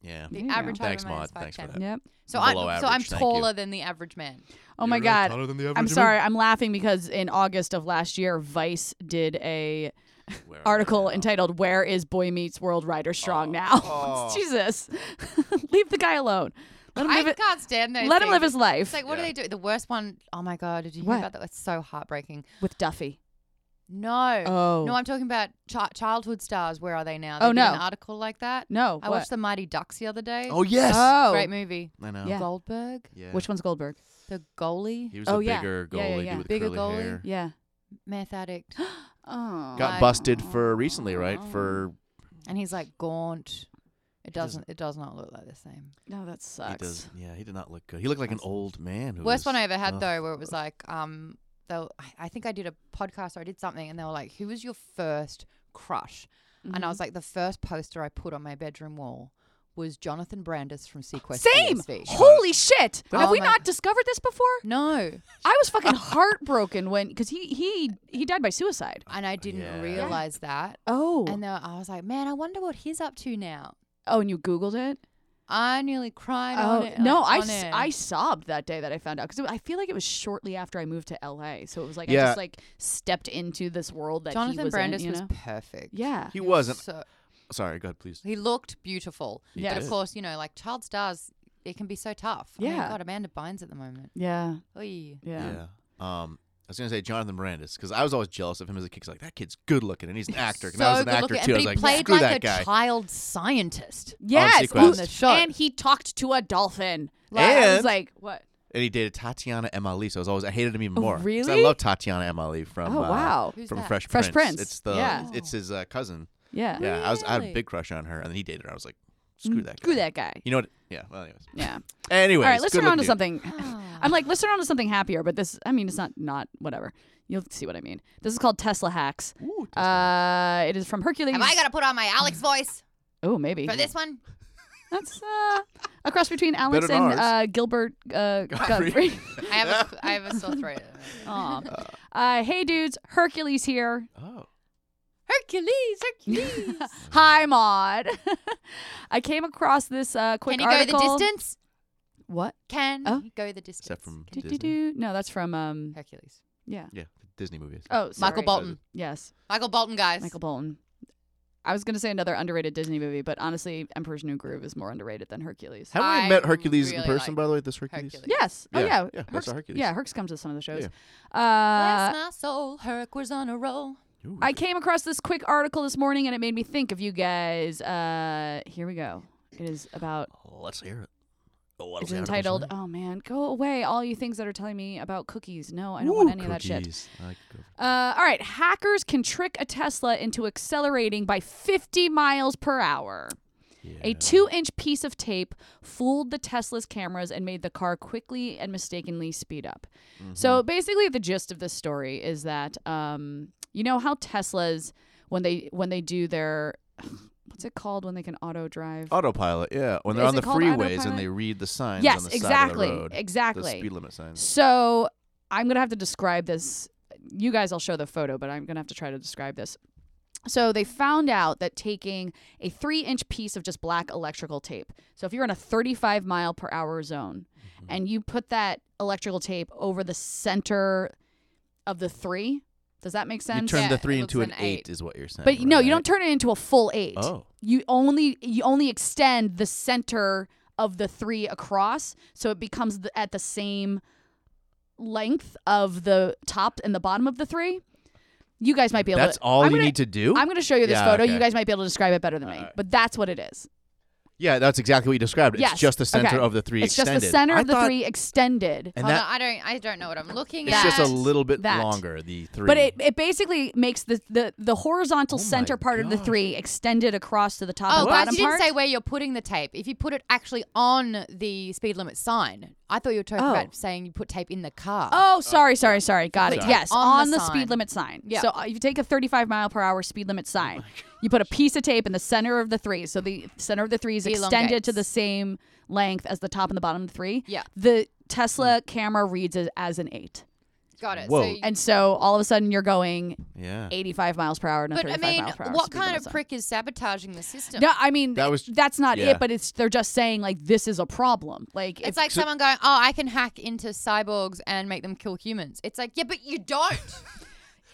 D: Yeah.
B: The
C: There you
B: average
D: go.
B: height
D: Thanks,
B: of a man is
D: Maude.
B: five
D: Thanks for
B: ten.
D: that.
C: yep.
B: So I'm
D: Below
B: so I'm
D: average, thank you.
B: taller than the average man.
C: Oh my
D: You're
C: god.
D: taller than the
C: I'm
D: average
C: sorry. I'm laughing because in August of last year, Vice did a
D: woman. Where are we
C: article
D: now?
C: entitled "Where Is Boy Meets World Rider Strong Now?"
D: Oh.
C: Jesus, leave the guy alone. Let him
B: I
C: live, it,
B: can't stand those.
C: let him live
B: things.
C: his life
B: It's like, what do
D: Yeah.
B: they do? The worst one, oh my God, did you hear
C: What?
B: about that? That's so heartbreaking.
C: with Duffy.
B: No.
C: Oh
B: No, I'm talking about chi- childhood stars. Where are they now? They
C: Oh,
B: did
C: no.
B: An article like that.
C: no.
B: I
C: what?
B: watched The Mighty Ducks the other day.
D: Oh yes.
C: Oh,
B: Great movie.
D: I know.
C: Yeah.
B: Goldberg,
D: Yeah.
C: which one's Goldberg?
B: the goalie,
D: He was
C: Oh,
D: a
C: yeah.
D: bigger
C: Yeah, yeah,
D: goalie
C: yeah.
D: dude with
B: Bigger
D: curly
B: goalie.
D: hair.
C: Yeah.
B: meth addict.
C: Oh.
D: Got
B: Right.
D: busted for recently, right? For
B: and he's like gaunt. It
D: doesn't-
B: doesn't, it does not look like the same.
C: No, that
D: he
C: sucks.
D: does. Yeah, he did not look good. He looked like an old man. Who
B: Worst
D: was, uh,
B: one I ever had,
D: ugh.
B: though, where it was like, um, though I think I did a podcast or I did something and they were like, who was your first crush? And
C: Mm-hmm.
B: I was like, the first poster I put on my bedroom wall was Jonathan Brandis from Sequest.
C: Same.
B: DSV.
C: Holy shit! Have
B: Oh
C: we
B: my-
C: not discovered this before?
B: No,
D: Oh,
C: I was fucking heartbroken when because he he he died by suicide.
B: and I didn't
D: Yeah.
B: realize that.
C: Oh.
B: And then I was like, man, I wonder what he's up to now.
C: oh, and you Googled it?
B: I nearly cried
C: Oh
B: on it.
C: no,
B: like,
C: I,
B: on
C: s-
B: air.
C: I sobbed that day that I found out because I feel like it was shortly after I moved to LA, so it was like I
D: Yeah.
C: just like stepped into this world that
B: Jonathan
C: he was
B: Brandis
C: in. You
B: was
C: know?
B: perfect.
C: yeah,
D: He wasn't.
B: So
D: Sorry, go ahead, please.
B: he looked beautiful.
D: He
C: Yeah.
B: But
D: did.
B: of course, you know, like child stars, it can be so tough. I mean,
C: Yeah.
B: God, Amanda Bynes at the moment.
C: yeah,
B: Oy.
C: yeah.
D: Yeah. Um, I was gonna say Jonathan Brandis because I was always jealous of him as a kid. 'cause, like that kid's good looking and he's an actor. and I was
B: So
D: an
B: good
D: actor
B: looking.
D: too. I
B: But
D: was
B: he
D: like,
B: played
D: screw
B: like a
D: that guy.
B: child scientist.
C: Yes,
D: Sequest.
C: ooh,
D: On
B: the show.
C: and he talked to a dolphin. Like, I was
D: And-
C: like, what?
D: and he dated Tatiana Emali. So I was always I hated him even more. 'cause
C: really?
D: I love Tatiana Emali from.
C: Oh
D: uh,
C: wow,
B: Who's
D: from
B: that?
D: Fresh
C: Fresh
D: Prince.
C: Prince.
D: It's the
C: Yeah. Oh,
D: it's his uh, cousin.
C: yeah.
D: Yeah, I was I had a
B: Really?
D: big crush on her, and then he dated her. I was like, screw that, guy.
C: Screw that guy.
D: You know what? Yeah. Well, anyways.
C: Yeah.
D: Anyways,
C: All right, let's
D: good
C: turn on
D: looking
C: to
D: dude.
C: something.
B: Ah.
C: I'm like, let's turn on to something happier, but this, I mean, it's not, not, whatever. You'll see what I mean. This is called Tesla Hacks.
D: Ooh,
C: Uh, it is from Hercules.
B: Am I gonna put on my Alex voice
C: oh, maybe.
B: for this one?
C: That's uh, a cross between Alex
D: than
C: and
D: ours.
C: uh, Gilbert uh,
D: Godfrey.
C: Godfrey.
B: I have a, I have a sore throat.
C: Aw. Uh, hey, dudes. Hercules here.
D: oh.
B: Hercules, Hercules.
C: Hi, Maud. I came across this uh, quick
B: Can you
C: article.
B: go the distance?
C: What?
B: Can
C: Oh.
B: he go the distance?
D: Except from
C: Do, do,
D: Disney.
C: do. No, that's from, um,
B: Hercules.
C: yeah.
D: Yeah, the Disney movies.
C: Oh,
B: Michael
C: sorry.
B: Bolton.
C: Yes,
B: Michael Bolton, guys.
C: Michael Bolton. I was going to say another underrated Disney movie, but honestly, Emperor's New Groove is more underrated than Hercules.
D: Have
B: I
D: we met Hercules in
B: really
D: person,
B: like
D: by the way? This Hercules.
B: Hercules.
C: Yes. Oh,
D: Yeah,
C: yeah.
D: yeah, that's
C: Herc's-
D: a Hercules.
C: Yeah, Herc's comes to some of the shows.
D: Yeah.
C: Uh,
B: Bless my soul, Herc was on a roll.
D: Ooh,
C: I came across this quick article this morning and it made me think of you guys. Uh, here we go. It is about.
D: let's hear it. Oh, what
C: It's
D: is the article
C: entitled.
D: saying?
C: Oh man, go away! All you things that are telling me about cookies. No, I don't want
D: Ooh,
C: any of that shit.
D: cookies. I like cookies.
C: Uh, all right, hackers can trick a Tesla into accelerating by 50 miles per hour. A
D: Yeah.
C: two inch piece of tape fooled the Tesla's cameras and made the car quickly and mistakenly speed up.
D: Mm-hmm.
C: So basically, the gist of this story is that um, you know how Teslas when they when they do their What's it called when they can auto drive?
D: Autopilot, yeah. When they're
C: Is
D: on
C: it
D: the
C: called
D: freeways
C: autopilot?
D: and they read the signs on
C: yes,
D: the
C: exactly,
D: side of the road.
C: exactly.
D: The speed limit signs.
C: So I'm gonna have to describe this. You guys, I'll show the photo, but I'm gonna have to try to describe this. So they found out that taking a three-inch piece of just black electrical tape. So if you're in a 35 mile per hour zone,
D: Mm-hmm.
C: and you put that electrical tape over the center of the three, does that make
D: You
C: sense?
D: turn
B: Yeah,
D: the
B: it
D: three
B: looks
D: into
B: an
D: an eight.
B: eight.
D: is what you're saying.
C: But no, you
D: right?
C: don't turn it into a full eight.
D: Oh,
C: You only you only extend the center of the three across, so it becomes the, at the same length of the top and the bottom of the three. You guys might be able.
D: that's
C: to,
D: all
C: I'm
D: you
C: gonna,
D: need to do.
C: I'm going to show you this
D: Yeah,
C: photo. You
D: okay.
C: guys might be able to describe it better than me,
D: Alright.
C: but that's what it is.
D: yeah, that's exactly what you described.
C: Yes,
D: It's just the center
C: okay.
D: of the three
C: it's
D: extended.
C: just the center
D: I
C: of the
D: thought-
C: three extended.
D: And
B: Hold
D: that
B: on, I don't I don't know what I'm looking
D: it's
B: at.
D: just a little bit
C: that.
D: longer. The three.
C: But it, it basically makes the, the, the horizontal
D: Oh my
C: center part of the
D: gosh.
C: three extended across to the top
B: Oh,
C: and
B: guys,
C: bottom
B: you didn't
C: part.
B: say where you're putting the tape. If you put it actually on the speed limit sign, I thought you were talking
C: Oh.
B: about saying you put tape in the car.
C: Oh, sorry, sorry, sorry. Got it.
D: Sorry.
C: Yes, on,
B: On
C: the,
B: the
C: speed
B: sign.
C: limit sign.
B: Yeah.
C: So uh, you take a 35 mile per hour speed limit
D: Oh
C: sign. you put a piece of tape in the center of the three. So the center of the three is extended to
B: Elongates.
C: the same length as the top and the bottom of the three.
B: Yeah.
C: The Tesla camera reads it as an eight.
B: got it.
D: Whoa.
B: So you-
C: And so all of a sudden you're going
D: Yeah.
C: 85 miles per hour and a
B: but I
C: 35
B: mean,
C: mile per hour.
B: what
C: speed
B: kind
C: limit
B: of
C: sign.
B: prick is sabotaging the system?
C: No, I mean
D: That was-
C: that's not
D: yeah.
C: it, but it's they're just saying like this is a problem. Like
B: It's
C: if-
B: like someone going, "Oh, I can hack into cyborgs and make them kill humans." It's like, yeah, but you don't.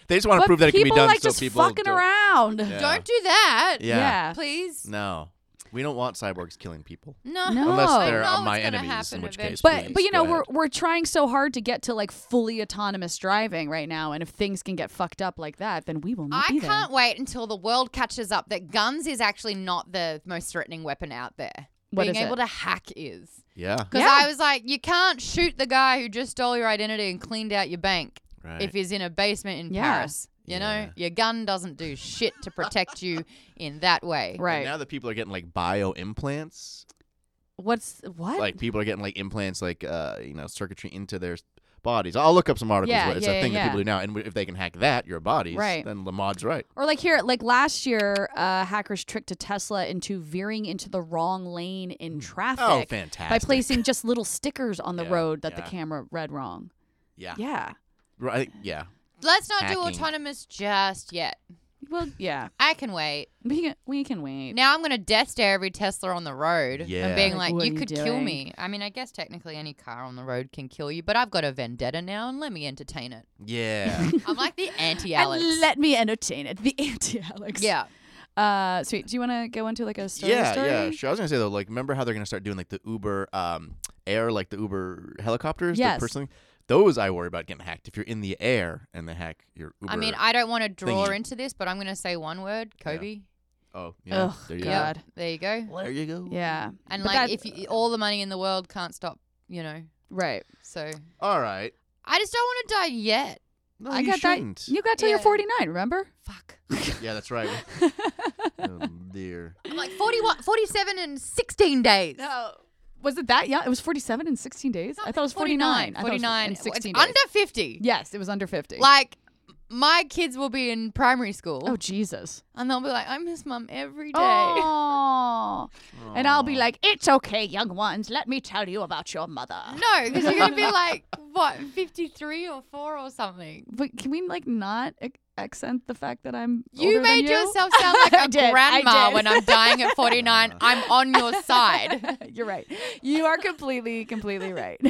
D: They just want
C: but
D: to prove that it can be
C: people
D: done
C: like
D: so
C: just
D: people
C: fucking
D: don't-
C: around.
D: Yeah.
B: Don't do that.
D: Yeah.
C: Yeah.
B: Please.
D: No, we don't want cyborgs killing people.
B: No.
C: No.
D: Unless
C: I
D: they're
B: know
D: uh,
B: it's
D: my
B: gonna
D: enemies,
B: happen
D: in which
B: eventually.
D: case.
C: But
D: please,
C: but you
D: go
C: know
D: ahead.
C: we're we're trying so hard to get to like fully autonomous driving right now, and if things can get fucked up like that, then we will not
B: I
C: be
B: can't wait until the world catches up that guns is actually not the most threatening weapon out there.
C: What
B: Being
C: is
B: able
C: it?
B: to hack is.
D: yeah,
B: Because
C: Yeah.
B: I was like, you can't shoot the guy who just stole your identity and cleaned out your bank
D: right.
B: if he's in a basement in
C: Yeah.
B: Paris. You
D: Yeah.
B: know, your gun doesn't do shit to protect you in that way.
C: there.
D: And
C: Right?
D: now that people are getting like bio implants,
C: What's what?
D: like people are getting like implants, like uh, you know, circuitry into their s- bodies. I'll look up some articles.
C: Yeah,
D: but it's
C: yeah,
D: a thing
C: yeah,
D: that people do now, and w- if they can hack that, your bodies,
C: Right.
D: then Lamad's right.
C: or like here, like last year, uh, hackers tricked a Tesla into veering into the wrong lane in traffic
D: Oh,
C: by
D: fantastic!
C: placing just little stickers on the
D: Yeah,
C: road that the
D: yeah.
C: camera read wrong.
D: yeah,
C: Yeah.
D: right, yeah.
B: Let's not do
D: Hacking.
B: autonomous just yet.
C: Well, yeah.
B: I can wait.
C: We can, we can wait.
B: Now I'm going to death stare every Tesla on the road
D: Yeah.
B: and being like,
C: Like, what
B: you
C: are you
B: could kill
C: doing?"
B: me. I mean, I guess technically any car on the road can kill you, but I've got a vendetta now and let me entertain it.
D: Yeah.
B: I'm like the anti
C: and
B: Alex.
C: let me entertain it. The anti-Alex.
B: yeah.
C: Uh, sweet. Do you want to go into like a story?
D: yeah,
C: story?
D: yeah. Sure. I was gonna say though, like, remember how they're gonna start doing like the Uber um, air, like the Uber helicopters,
C: Yes.
D: the personally. Those I worry about getting hacked. If you're in the air and they hack your Uber,
B: I mean, I don't want to draw
D: thingy.
B: into this, but I'm going to say one word Kobe.
D: oh yeah,
C: Ugh,
D: there you
C: God.
B: Yep, there you go.
D: go. There you go.
C: Yeah.
B: And
C: But
B: like,
C: that-
B: if you, all the money in the world can't stop, you know.
C: Right.
B: So
D: All right.
B: I just don't want to die yet.
D: No,
C: I
D: you
C: got
D: shouldn't.
C: that. You got till you're
B: Oh, Yeah.
C: 49, remember?
B: Fuck.
D: Yeah, that's right. oh dear.
B: I'm like 41, 47 and 16 days.
C: No. Was it that? Yeah, it was 47 in 16 days. I thought it was
B: 49.
C: 49. I thought it was
B: 49.
C: in 16
B: It's
C: days.
B: under 50.
C: Yes, it was under 50.
B: Like, my kids will be in primary school
C: oh Jesus.
B: and they'll be like, I miss mum every day.
C: Oh. and I'll be like, "It's okay, young ones. Let me tell you about your mother."
B: No, because you're going to be like, what, 53 or 4 or something.
C: But can we like not ac- accent the fact that I'm older
B: You
C: than
B: made
C: you?
B: yourself sound like
C: I
B: a
C: did, I
B: grandma
C: did.
B: when I'm dying at 49. I'm on your side.
C: You're right. You are completely, completely right.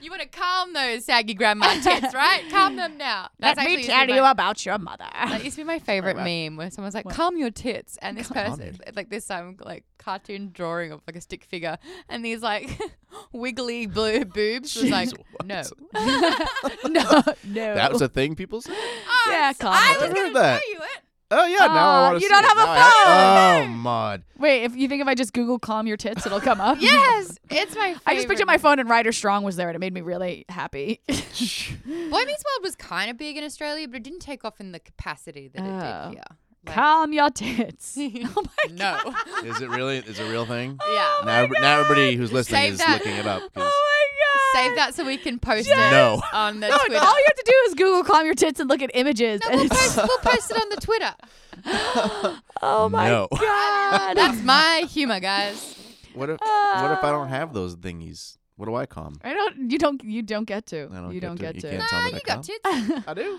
B: You want to calm those saggy grandma tits, right? calm them now.
C: Let
B: actually
C: me
B: used to
C: tell
B: be
C: you
B: my-
C: about your mother.
B: That used to be my favorite meme where someone's like, "Calm your tits," and this person, like this um, like cartoon drawing of like a stick figure, and these like wiggly blue boobs was like,
D: Jesus,
B: "No,
C: no, no.
D: That was a thing people said.
C: yeah, calm
B: I
C: your
B: was
D: heard
B: gonna
D: that.
B: show you it."
D: Oh yeah, now I
C: Aw,
D: want to.
C: you don't have a
D: oh mod.
C: Wait, if you think if I just Google calm your tits, it'll come up?
B: Yes, it's my. Favorite.
C: I just picked up my phone and Ryder Strong was there and it made me really happy.
B: Boy Meets World was kind of big in Australia, but it didn't take off in the capacity that
C: Oh.
B: it did here. Like,
C: calm your tits. oh my
B: no,
D: Is it really? Is it a real thing?
C: Oh
B: yeah.
D: now, now everybody who's listening
B: Save
D: is
B: that.
D: looking it up. 'cause
C: Oh
B: Save that so we can post it
D: No.
B: on the
C: No,
B: Twitter.
C: all you have to do is Google climb your tits and look at images.
B: No,
C: and
B: we'll,
C: it's-
B: post, we'll post it on the Twitter.
C: oh my
D: No.
C: god.
B: That's my humor, guys.
D: What if what if I don't have those thingies? What do I calm?
C: I don't. You don't. You don't get to.
D: I don't
C: you
D: get
C: don't
D: to-
C: get
D: you
C: to.
D: can't.
B: Nah,
D: Tell me
B: you
D: to
B: got
D: come.
B: tits.
D: I do.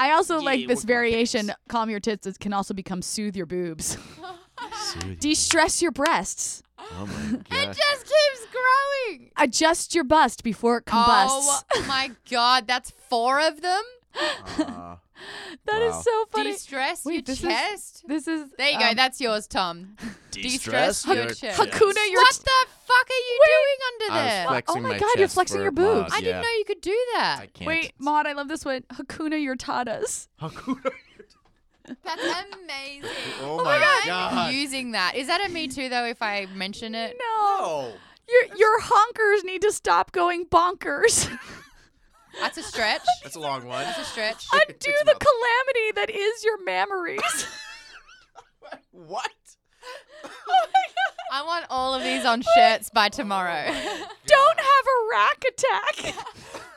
C: I also
D: Yeah,
C: like this
D: what kind of tits?
C: variation. Calm your tits. It can also become soothe your boobs,
D: Soothe.
C: de-stress your breasts,
D: Oh my
B: It
D: god.
B: just keeps growing.
C: adjust your bust before it combusts.
B: Oh my god, that's four of them.
D: Aw.
C: That is
D: wow.
C: so funny.
B: De-stress
C: Wait,
B: your
C: this is-
B: chest.
C: this is.
B: There you go.
C: um,
B: That's yours, Tom. De-stress your chest.
C: Hakuna your.
B: what the fuck are you doing under
D: I
B: there?
D: was flexing
C: my
D: my
C: God, you're
D: chest
C: flexing
D: for
C: your boobs.
D: applause,
B: I didn't
D: yeah.
B: know you could do
D: I
B: that.
D: can't.
C: Wait, Maud, I love this one. Hakuna your tatas.
D: Hakuna.
B: That's amazing.
D: Oh my
B: I'm
D: god.
B: using that. Is that a me too though? If I mention it,
C: No.
D: Oh.
C: Your your honkers need to stop going bonkers.
B: that's a stretch.
D: That's a long one.
B: That's a stretch.
C: Undo the calamity that is your mammaries.
D: What?
C: Oh
B: I want all of these on shirts by
C: Oh
B: tomorrow.
C: Don't have a rack attack.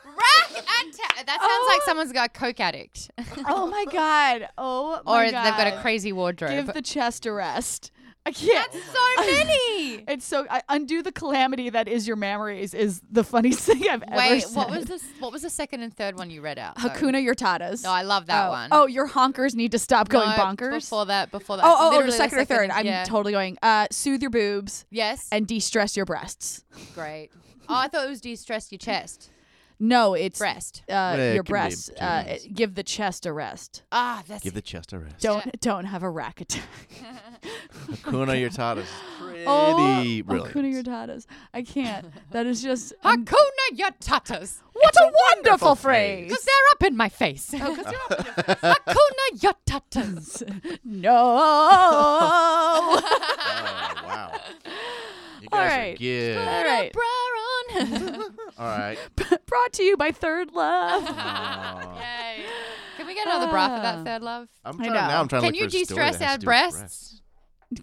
B: Rack and ta- that sounds like
C: Oh.
B: someone's got a coke addict,
C: oh my god. Oh
B: or
C: my god.
B: they've got a crazy wardrobe.
C: Give the chest a rest. I can't.
B: so many.
C: It's so I, undo the calamity that is your mammaries is the funniest thing I've ever
B: Wait,
C: said.
B: what was this? What was the second and third one you read out? though?
C: Hakuna your tatas.
B: No, I love that
C: oh.
B: one.
C: Oh, your honkers need to stop going
B: No,
C: bonkers.
B: Before that, before that.
C: oh, oh, oh,
B: Literally
C: the second or third. I'm
B: yeah.
C: totally going. Uh, soothe your boobs
B: Yes.
C: and de-stress your breasts.
B: Great. Oh, I thought it was de-stress your chest,
C: No, it's
B: breast.
C: uh,
D: Yeah, it
C: your
D: can be
C: breasts.
D: two
C: Uh,
D: things.
C: give the chest a rest.
B: Ah, that's
D: Give the chest a rest.
C: Don't don't have a rack attack.
D: Hakuna Yatata's pretty
C: Oh,
D: brilliant.
C: Hakuna Yatatas. I can't. That is just um,
B: Hakuna Yatatas. Oh,
C: what a wonderful
D: phrase.
C: phrase.
B: Because they're up in my face. Hakuna Yatatas.
C: No.
D: Oh, wow. You guys
C: All
D: are
C: right.
D: good.
C: All right.
B: Bra on.
D: All right.
C: Brought to you by Third Love.
D: Aw.
B: Yay. Can we get another bra for
C: Ah.
B: that third love?
D: I'm
C: I
D: trying,
C: know.
D: now I'm trying
B: Can
D: to
B: you
D: look for a story that
B: de-stress
D: has
B: our
D: to do with breasts.
B: breasts?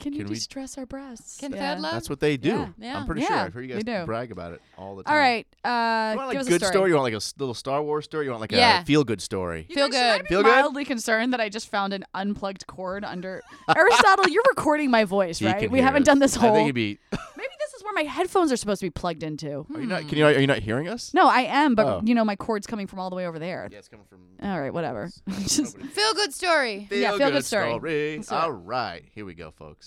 C: Can you
D: Can we-
C: de-stress our breasts?
B: Can
C: Yeah.
B: third love?
D: That's what they do.
C: Yeah.
B: Yeah.
D: I'm pretty sure.
C: Yeah,
D: I've heard you
C: they
D: guys
C: do.
D: brag about it all the time.
C: All right. Uh,
D: You want
C: give
D: like
C: us
D: a
C: a
D: good
C: story.
D: You want like a s- little Star Wars story? You want like
B: Yeah.
D: a feel good story?
C: You
B: Feel
C: guys, should I
B: good.
C: be
D: Feel good?
C: mildly concerned that I just found an unplugged cord under Aristotle. You're recording my voice,
D: He
C: right?
D: can
C: We
D: hear
C: haven't
D: us.
C: done this
D: I
C: whole.
D: think it'd be.
C: Maybe this is where my headphones are supposed to be plugged into.
D: Are you not? Can you? Are you not hearing us?
C: No, I am, but
D: Oh.
C: you know my cord's coming from all the way over there.
D: Yeah, it's coming from.
C: All right, whatever. Just-
B: Feel good story.
C: Yeah, feel good story. Let's do it. Mm-hmm.
D: All right, here we go, folks.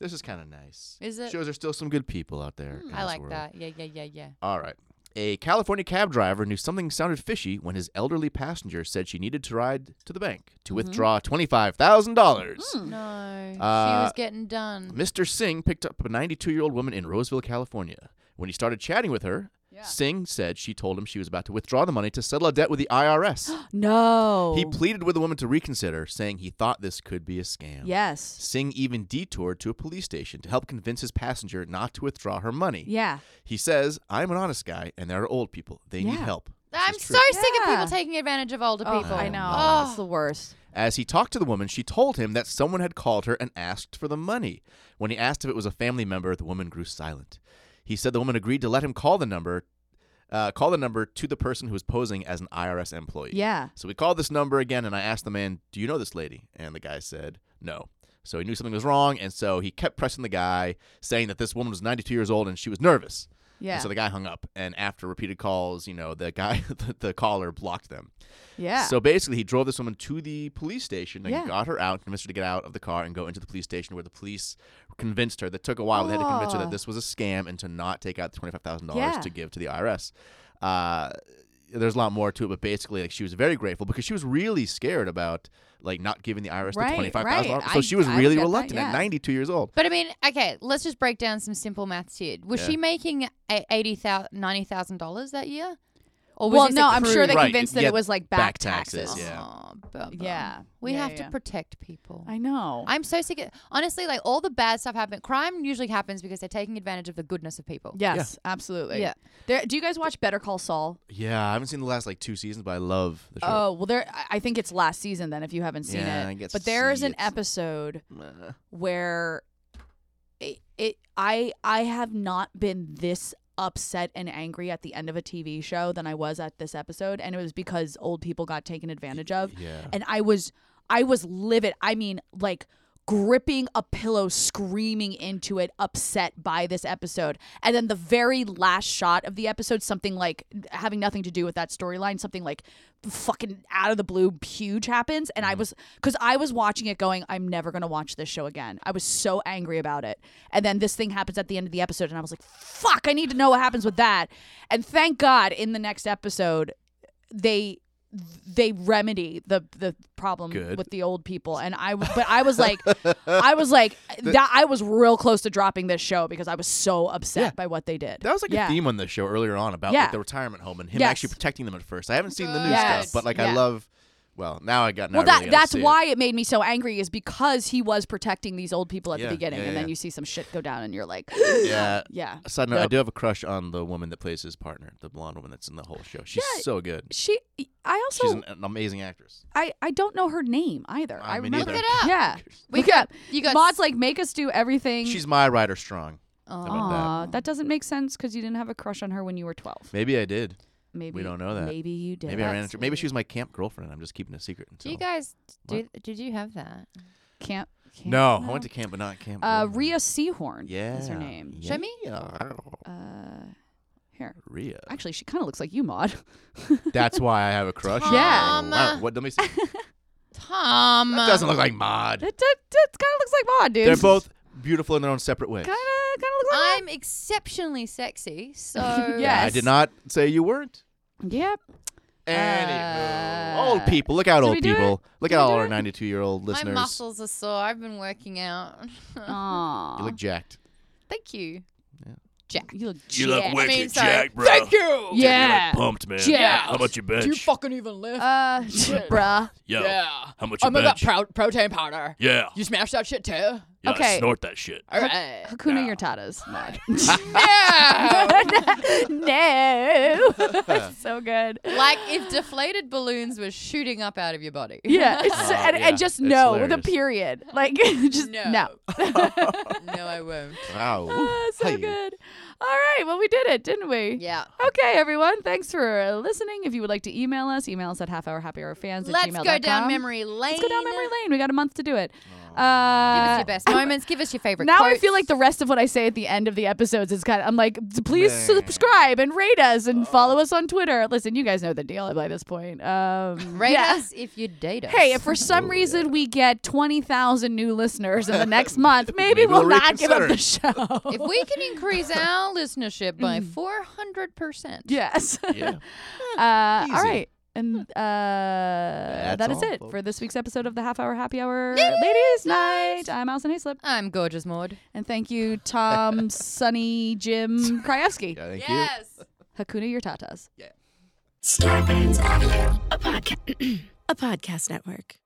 D: This is kind of nice.
B: Is it?
D: Shows there's still some good people out there.
C: Hmm,
D: in
B: I
D: this
B: like
D: world.
B: that. Yeah, yeah, yeah, yeah.
D: All right. A California cab driver knew something sounded fishy when his elderly passenger said she needed to ride to the bank
C: Mm-hmm.
D: to withdraw twenty-five thousand dollars.
C: Hmm.
B: No. she
D: Uh,
B: was getting done.
D: Mr. Singh picked up a 92 year old woman in Roseville, California. When he started chatting with her, Singh said she told him she was about to withdraw the money to settle a debt with the IRS.
C: no.
D: he pleaded with the woman to reconsider, saying he thought this could be a scam.
C: yes.
D: Singh even detoured to a police station to help convince his passenger not to withdraw her money.
C: Yeah.
D: He says, I'm an honest guy, and there are old people. They need
C: Yeah.
D: help. This
B: I'm
D: is
B: so
D: true.
B: sick of
C: Yeah.
B: people taking advantage of older people.
C: I know.
B: Oh.
C: It's the worst.
D: As he talked to the woman, she told him that someone had called her and asked for the money. When he asked if it was a family member, the woman grew silent. He said the woman agreed to let him call the number, uh, call the number to the person who was posing as an IRS employee.
C: Yeah.
D: So we called this number again, and I asked the man, "Do you know this lady?" And the guy said, "No." So he knew something was wrong, and so he kept pressing the guy, saying that this woman was 92 years old and she was nervous.
C: Yeah.
D: And so the guy hung up, and after repeated calls, you know, the guy, the, the caller blocked them.
C: yeah.
D: So basically, he drove this woman to the police station and
C: Yeah.
D: got her out, convinced her to get out of the car and go into the police station where the police convinced her. That took a while. They had to convince her
C: Oh.
D: that this was a scam and to not take out the $25,000
C: Yeah.
D: to give to the IRS. Uh, there's a lot more to it, but basically, like she was very grateful because she was really scared about like not giving the IRS
C: Right,
D: the twenty five thousand
C: right.
D: dollars. So
C: I-
D: she was
C: I
D: really
C: get that,
D: reluctant
C: yeah.
D: at ninety two years old.
B: But I mean, okay, let's just break down some simple maths here. Was
D: Yeah.
B: she making a- eighty thousand, ninety thousand dollars that year? Or
C: well,
B: this
C: no,
B: accrued?
C: I'm sure they
D: Right,
C: convinced that
D: yeah,
C: it was like back,
D: back taxes, yeah.
B: Oh, bum,
C: Yeah.
B: bum. we
C: Yeah,
B: have
C: yeah.
B: to protect people.
C: I know.
B: I'm so sick. Of, honestly, like all the bad stuff happen. Crime usually happens because they're taking advantage of the goodness of people.
C: yes, absolutely.
B: Yeah.
C: There, do you guys watch Better Call Saul?
D: Yeah, I haven't seen the last like two seasons, but I love the show.
C: Oh well, there. I- I think it's last season then. If you haven't seen
D: Yeah,
C: it,
D: I guess
C: but there is an
D: it's-
C: episode
D: Uh,
C: where it, it I I have not been this upset and angry at the end of a TV show than I was at this episode, and it was because old people got taken advantage of.
D: Yeah.
C: And I was I was livid. I mean, like gripping a pillow screaming into it upset by this episode and then the very last shot of the episode something like having nothing to do with that storyline something like fucking out of the blue huge happens and i was because i was watching it going i'm never going to watch this show again i was so angry about it and then this thing happens at the end of the episode and i was like fuck i need to know what happens with that and thank god in the next episode they they remedy the the problem
D: Good.
C: with the old people and i but i was like i was like that i was real close to dropping this show because i was so upset
D: Yeah.
C: by what they did
D: That was like
C: yeah.
D: a theme on the show earlier on about
C: Yeah.
D: like the retirement home and him
C: Yes.
D: actually protecting them at first. I haven't seen the new
C: Yes.
D: stuff, but like
C: Yeah.
D: I love. Well, now I got. Now
C: well
D: I
C: that
D: really gotta
C: that's
D: see it.
C: why it. made me so angry is because he was protecting these old people at
D: Yeah,
C: the beginning
D: yeah,
C: and then
D: yeah.
C: you see some shit go down and you're like
D: Yeah.
C: yeah
D: Side note: I
C: Dope.
D: do have a crush on the woman that plays his partner, the blonde woman that's in the whole show. She's
C: Yeah.
D: so good.
C: she i also
D: She's an, an amazing actress.
C: i i don't know her name either i,
D: I mean,
C: remember
D: either.
B: Look it up.
C: yeah
B: We
C: look it up
B: You guys.
C: Maud's like make us do everything
D: She's my rider strong. about that?
C: Aw, that doesn't make sense because you didn't have a crush on her when you were 12
D: Maybe I did.
C: maybe
D: don't know that.
C: maybe you did
D: Maybe I ran
B: that's
D: into. Maybe she
B: weird.
D: was my camp girlfriend. and I'm just keeping it a secret.
B: do
D: Until...
B: you guys do?
D: What?
B: Did you have that?
C: Camp. camp
D: No, I went to camp, but not camp.
C: Uh,
D: girlfriend.
C: Rhea Seahorn.
D: Yeah.
C: Is her name.
B: Show me.
D: Yeah.
C: Uh, here.
D: Rhea.
C: Actually, she kind of looks like you, Maud.
D: That's why I have a crush. on
B: Yeah.
D: her.
B: Tom.
D: Wow, What? Let me see.
B: Tom.
D: That doesn't look like Mod.
C: It, it, kind of looks like Maud, dude.
D: They're both beautiful in their own separate ways.
C: Kind of, kind of looks like.
B: I'm exceptionally sexy, so
C: Yeah.
D: I
C: Yes.
D: did not say you weren't.
C: Yep.
D: Anywho,
C: Uh,
D: old people, look out,
C: did we
D: old
C: do
D: people, look
C: Did
D: at
C: we
D: all
C: do
D: our
C: it?
D: ninety-two-year-old
B: my
D: listeners.
B: muscles are sore. I've been working out.
C: Aw.
D: You look jacked.
B: Thank you.
D: Yeah.
B: Jack.
C: You look. jacked.
B: wicked I mean, sorry. jacked,
D: bro. Thank you.
C: Yeah.
D: pumped, man.
C: Jacked. How
D: much you bench?
B: fucking even lift?
C: Uh, bruh.
D: Yo, how much
B: pro- protein powder.
D: yeah.
B: You smashed that shit too?
C: Okay.
D: snort that shit.
B: All right.
C: Hakuna Yatatas. Maud.
B: No!
C: no. It's so good.
B: like if deflated balloons were shooting up out of your body.
C: Yeah, it's,
D: Oh,
C: and,
D: yeah.
C: and just
D: It's
C: no with a
D: hilarious.
C: period, like just
B: No.
C: no.
B: no, I won't.
D: Wow.
C: Ah, so
D: Hey.
C: good. All right. Well, we did it, didn't we?
B: Yeah.
C: Okay, everyone. Thanks for listening. If you would like to email us, email us at halfhourhappyhourfans at
B: Let's
C: gmail.com.
B: go down memory lane.
C: Let's go down memory lane. We got a month to do it.
B: Give us
C: Uh,
B: your best moments. Give us your favorite
C: now I
B: quotes.
C: feel like the rest of what I say at the end of the episodes is kind of. I'm like, please
D: Man.
C: subscribe and rate us and follow us on Twitter. Listen, you guys know the deal by this point. Um,
B: Rate
C: yeah.
B: us if you date us.
C: Hey, if for
D: Oh,
C: some reason we get 20,000 new listeners in the next month, maybe,
D: Maybe
C: we'll
D: we'll
C: not give up the
D: reconsider.
C: show.
B: If we can increase our listenership by 400%.
C: yes.
D: Yeah.
C: Uh,
D: Eh,
C: all
D: Easy.
C: right. And uh, that is
D: all,
C: it for
D: folks.
C: this week's episode of the Half Hour Happy Hour Ladies Night. I'm Allison Hayslip.
B: I'm gorgeous, Maud.
C: And thank you, Tom, Sonny, Jim, Krajewski.
D: Yeah, thank you.
B: Yes.
C: Hakuna your tatas.
A: Starbane's Audio, a podcast, a podcast network.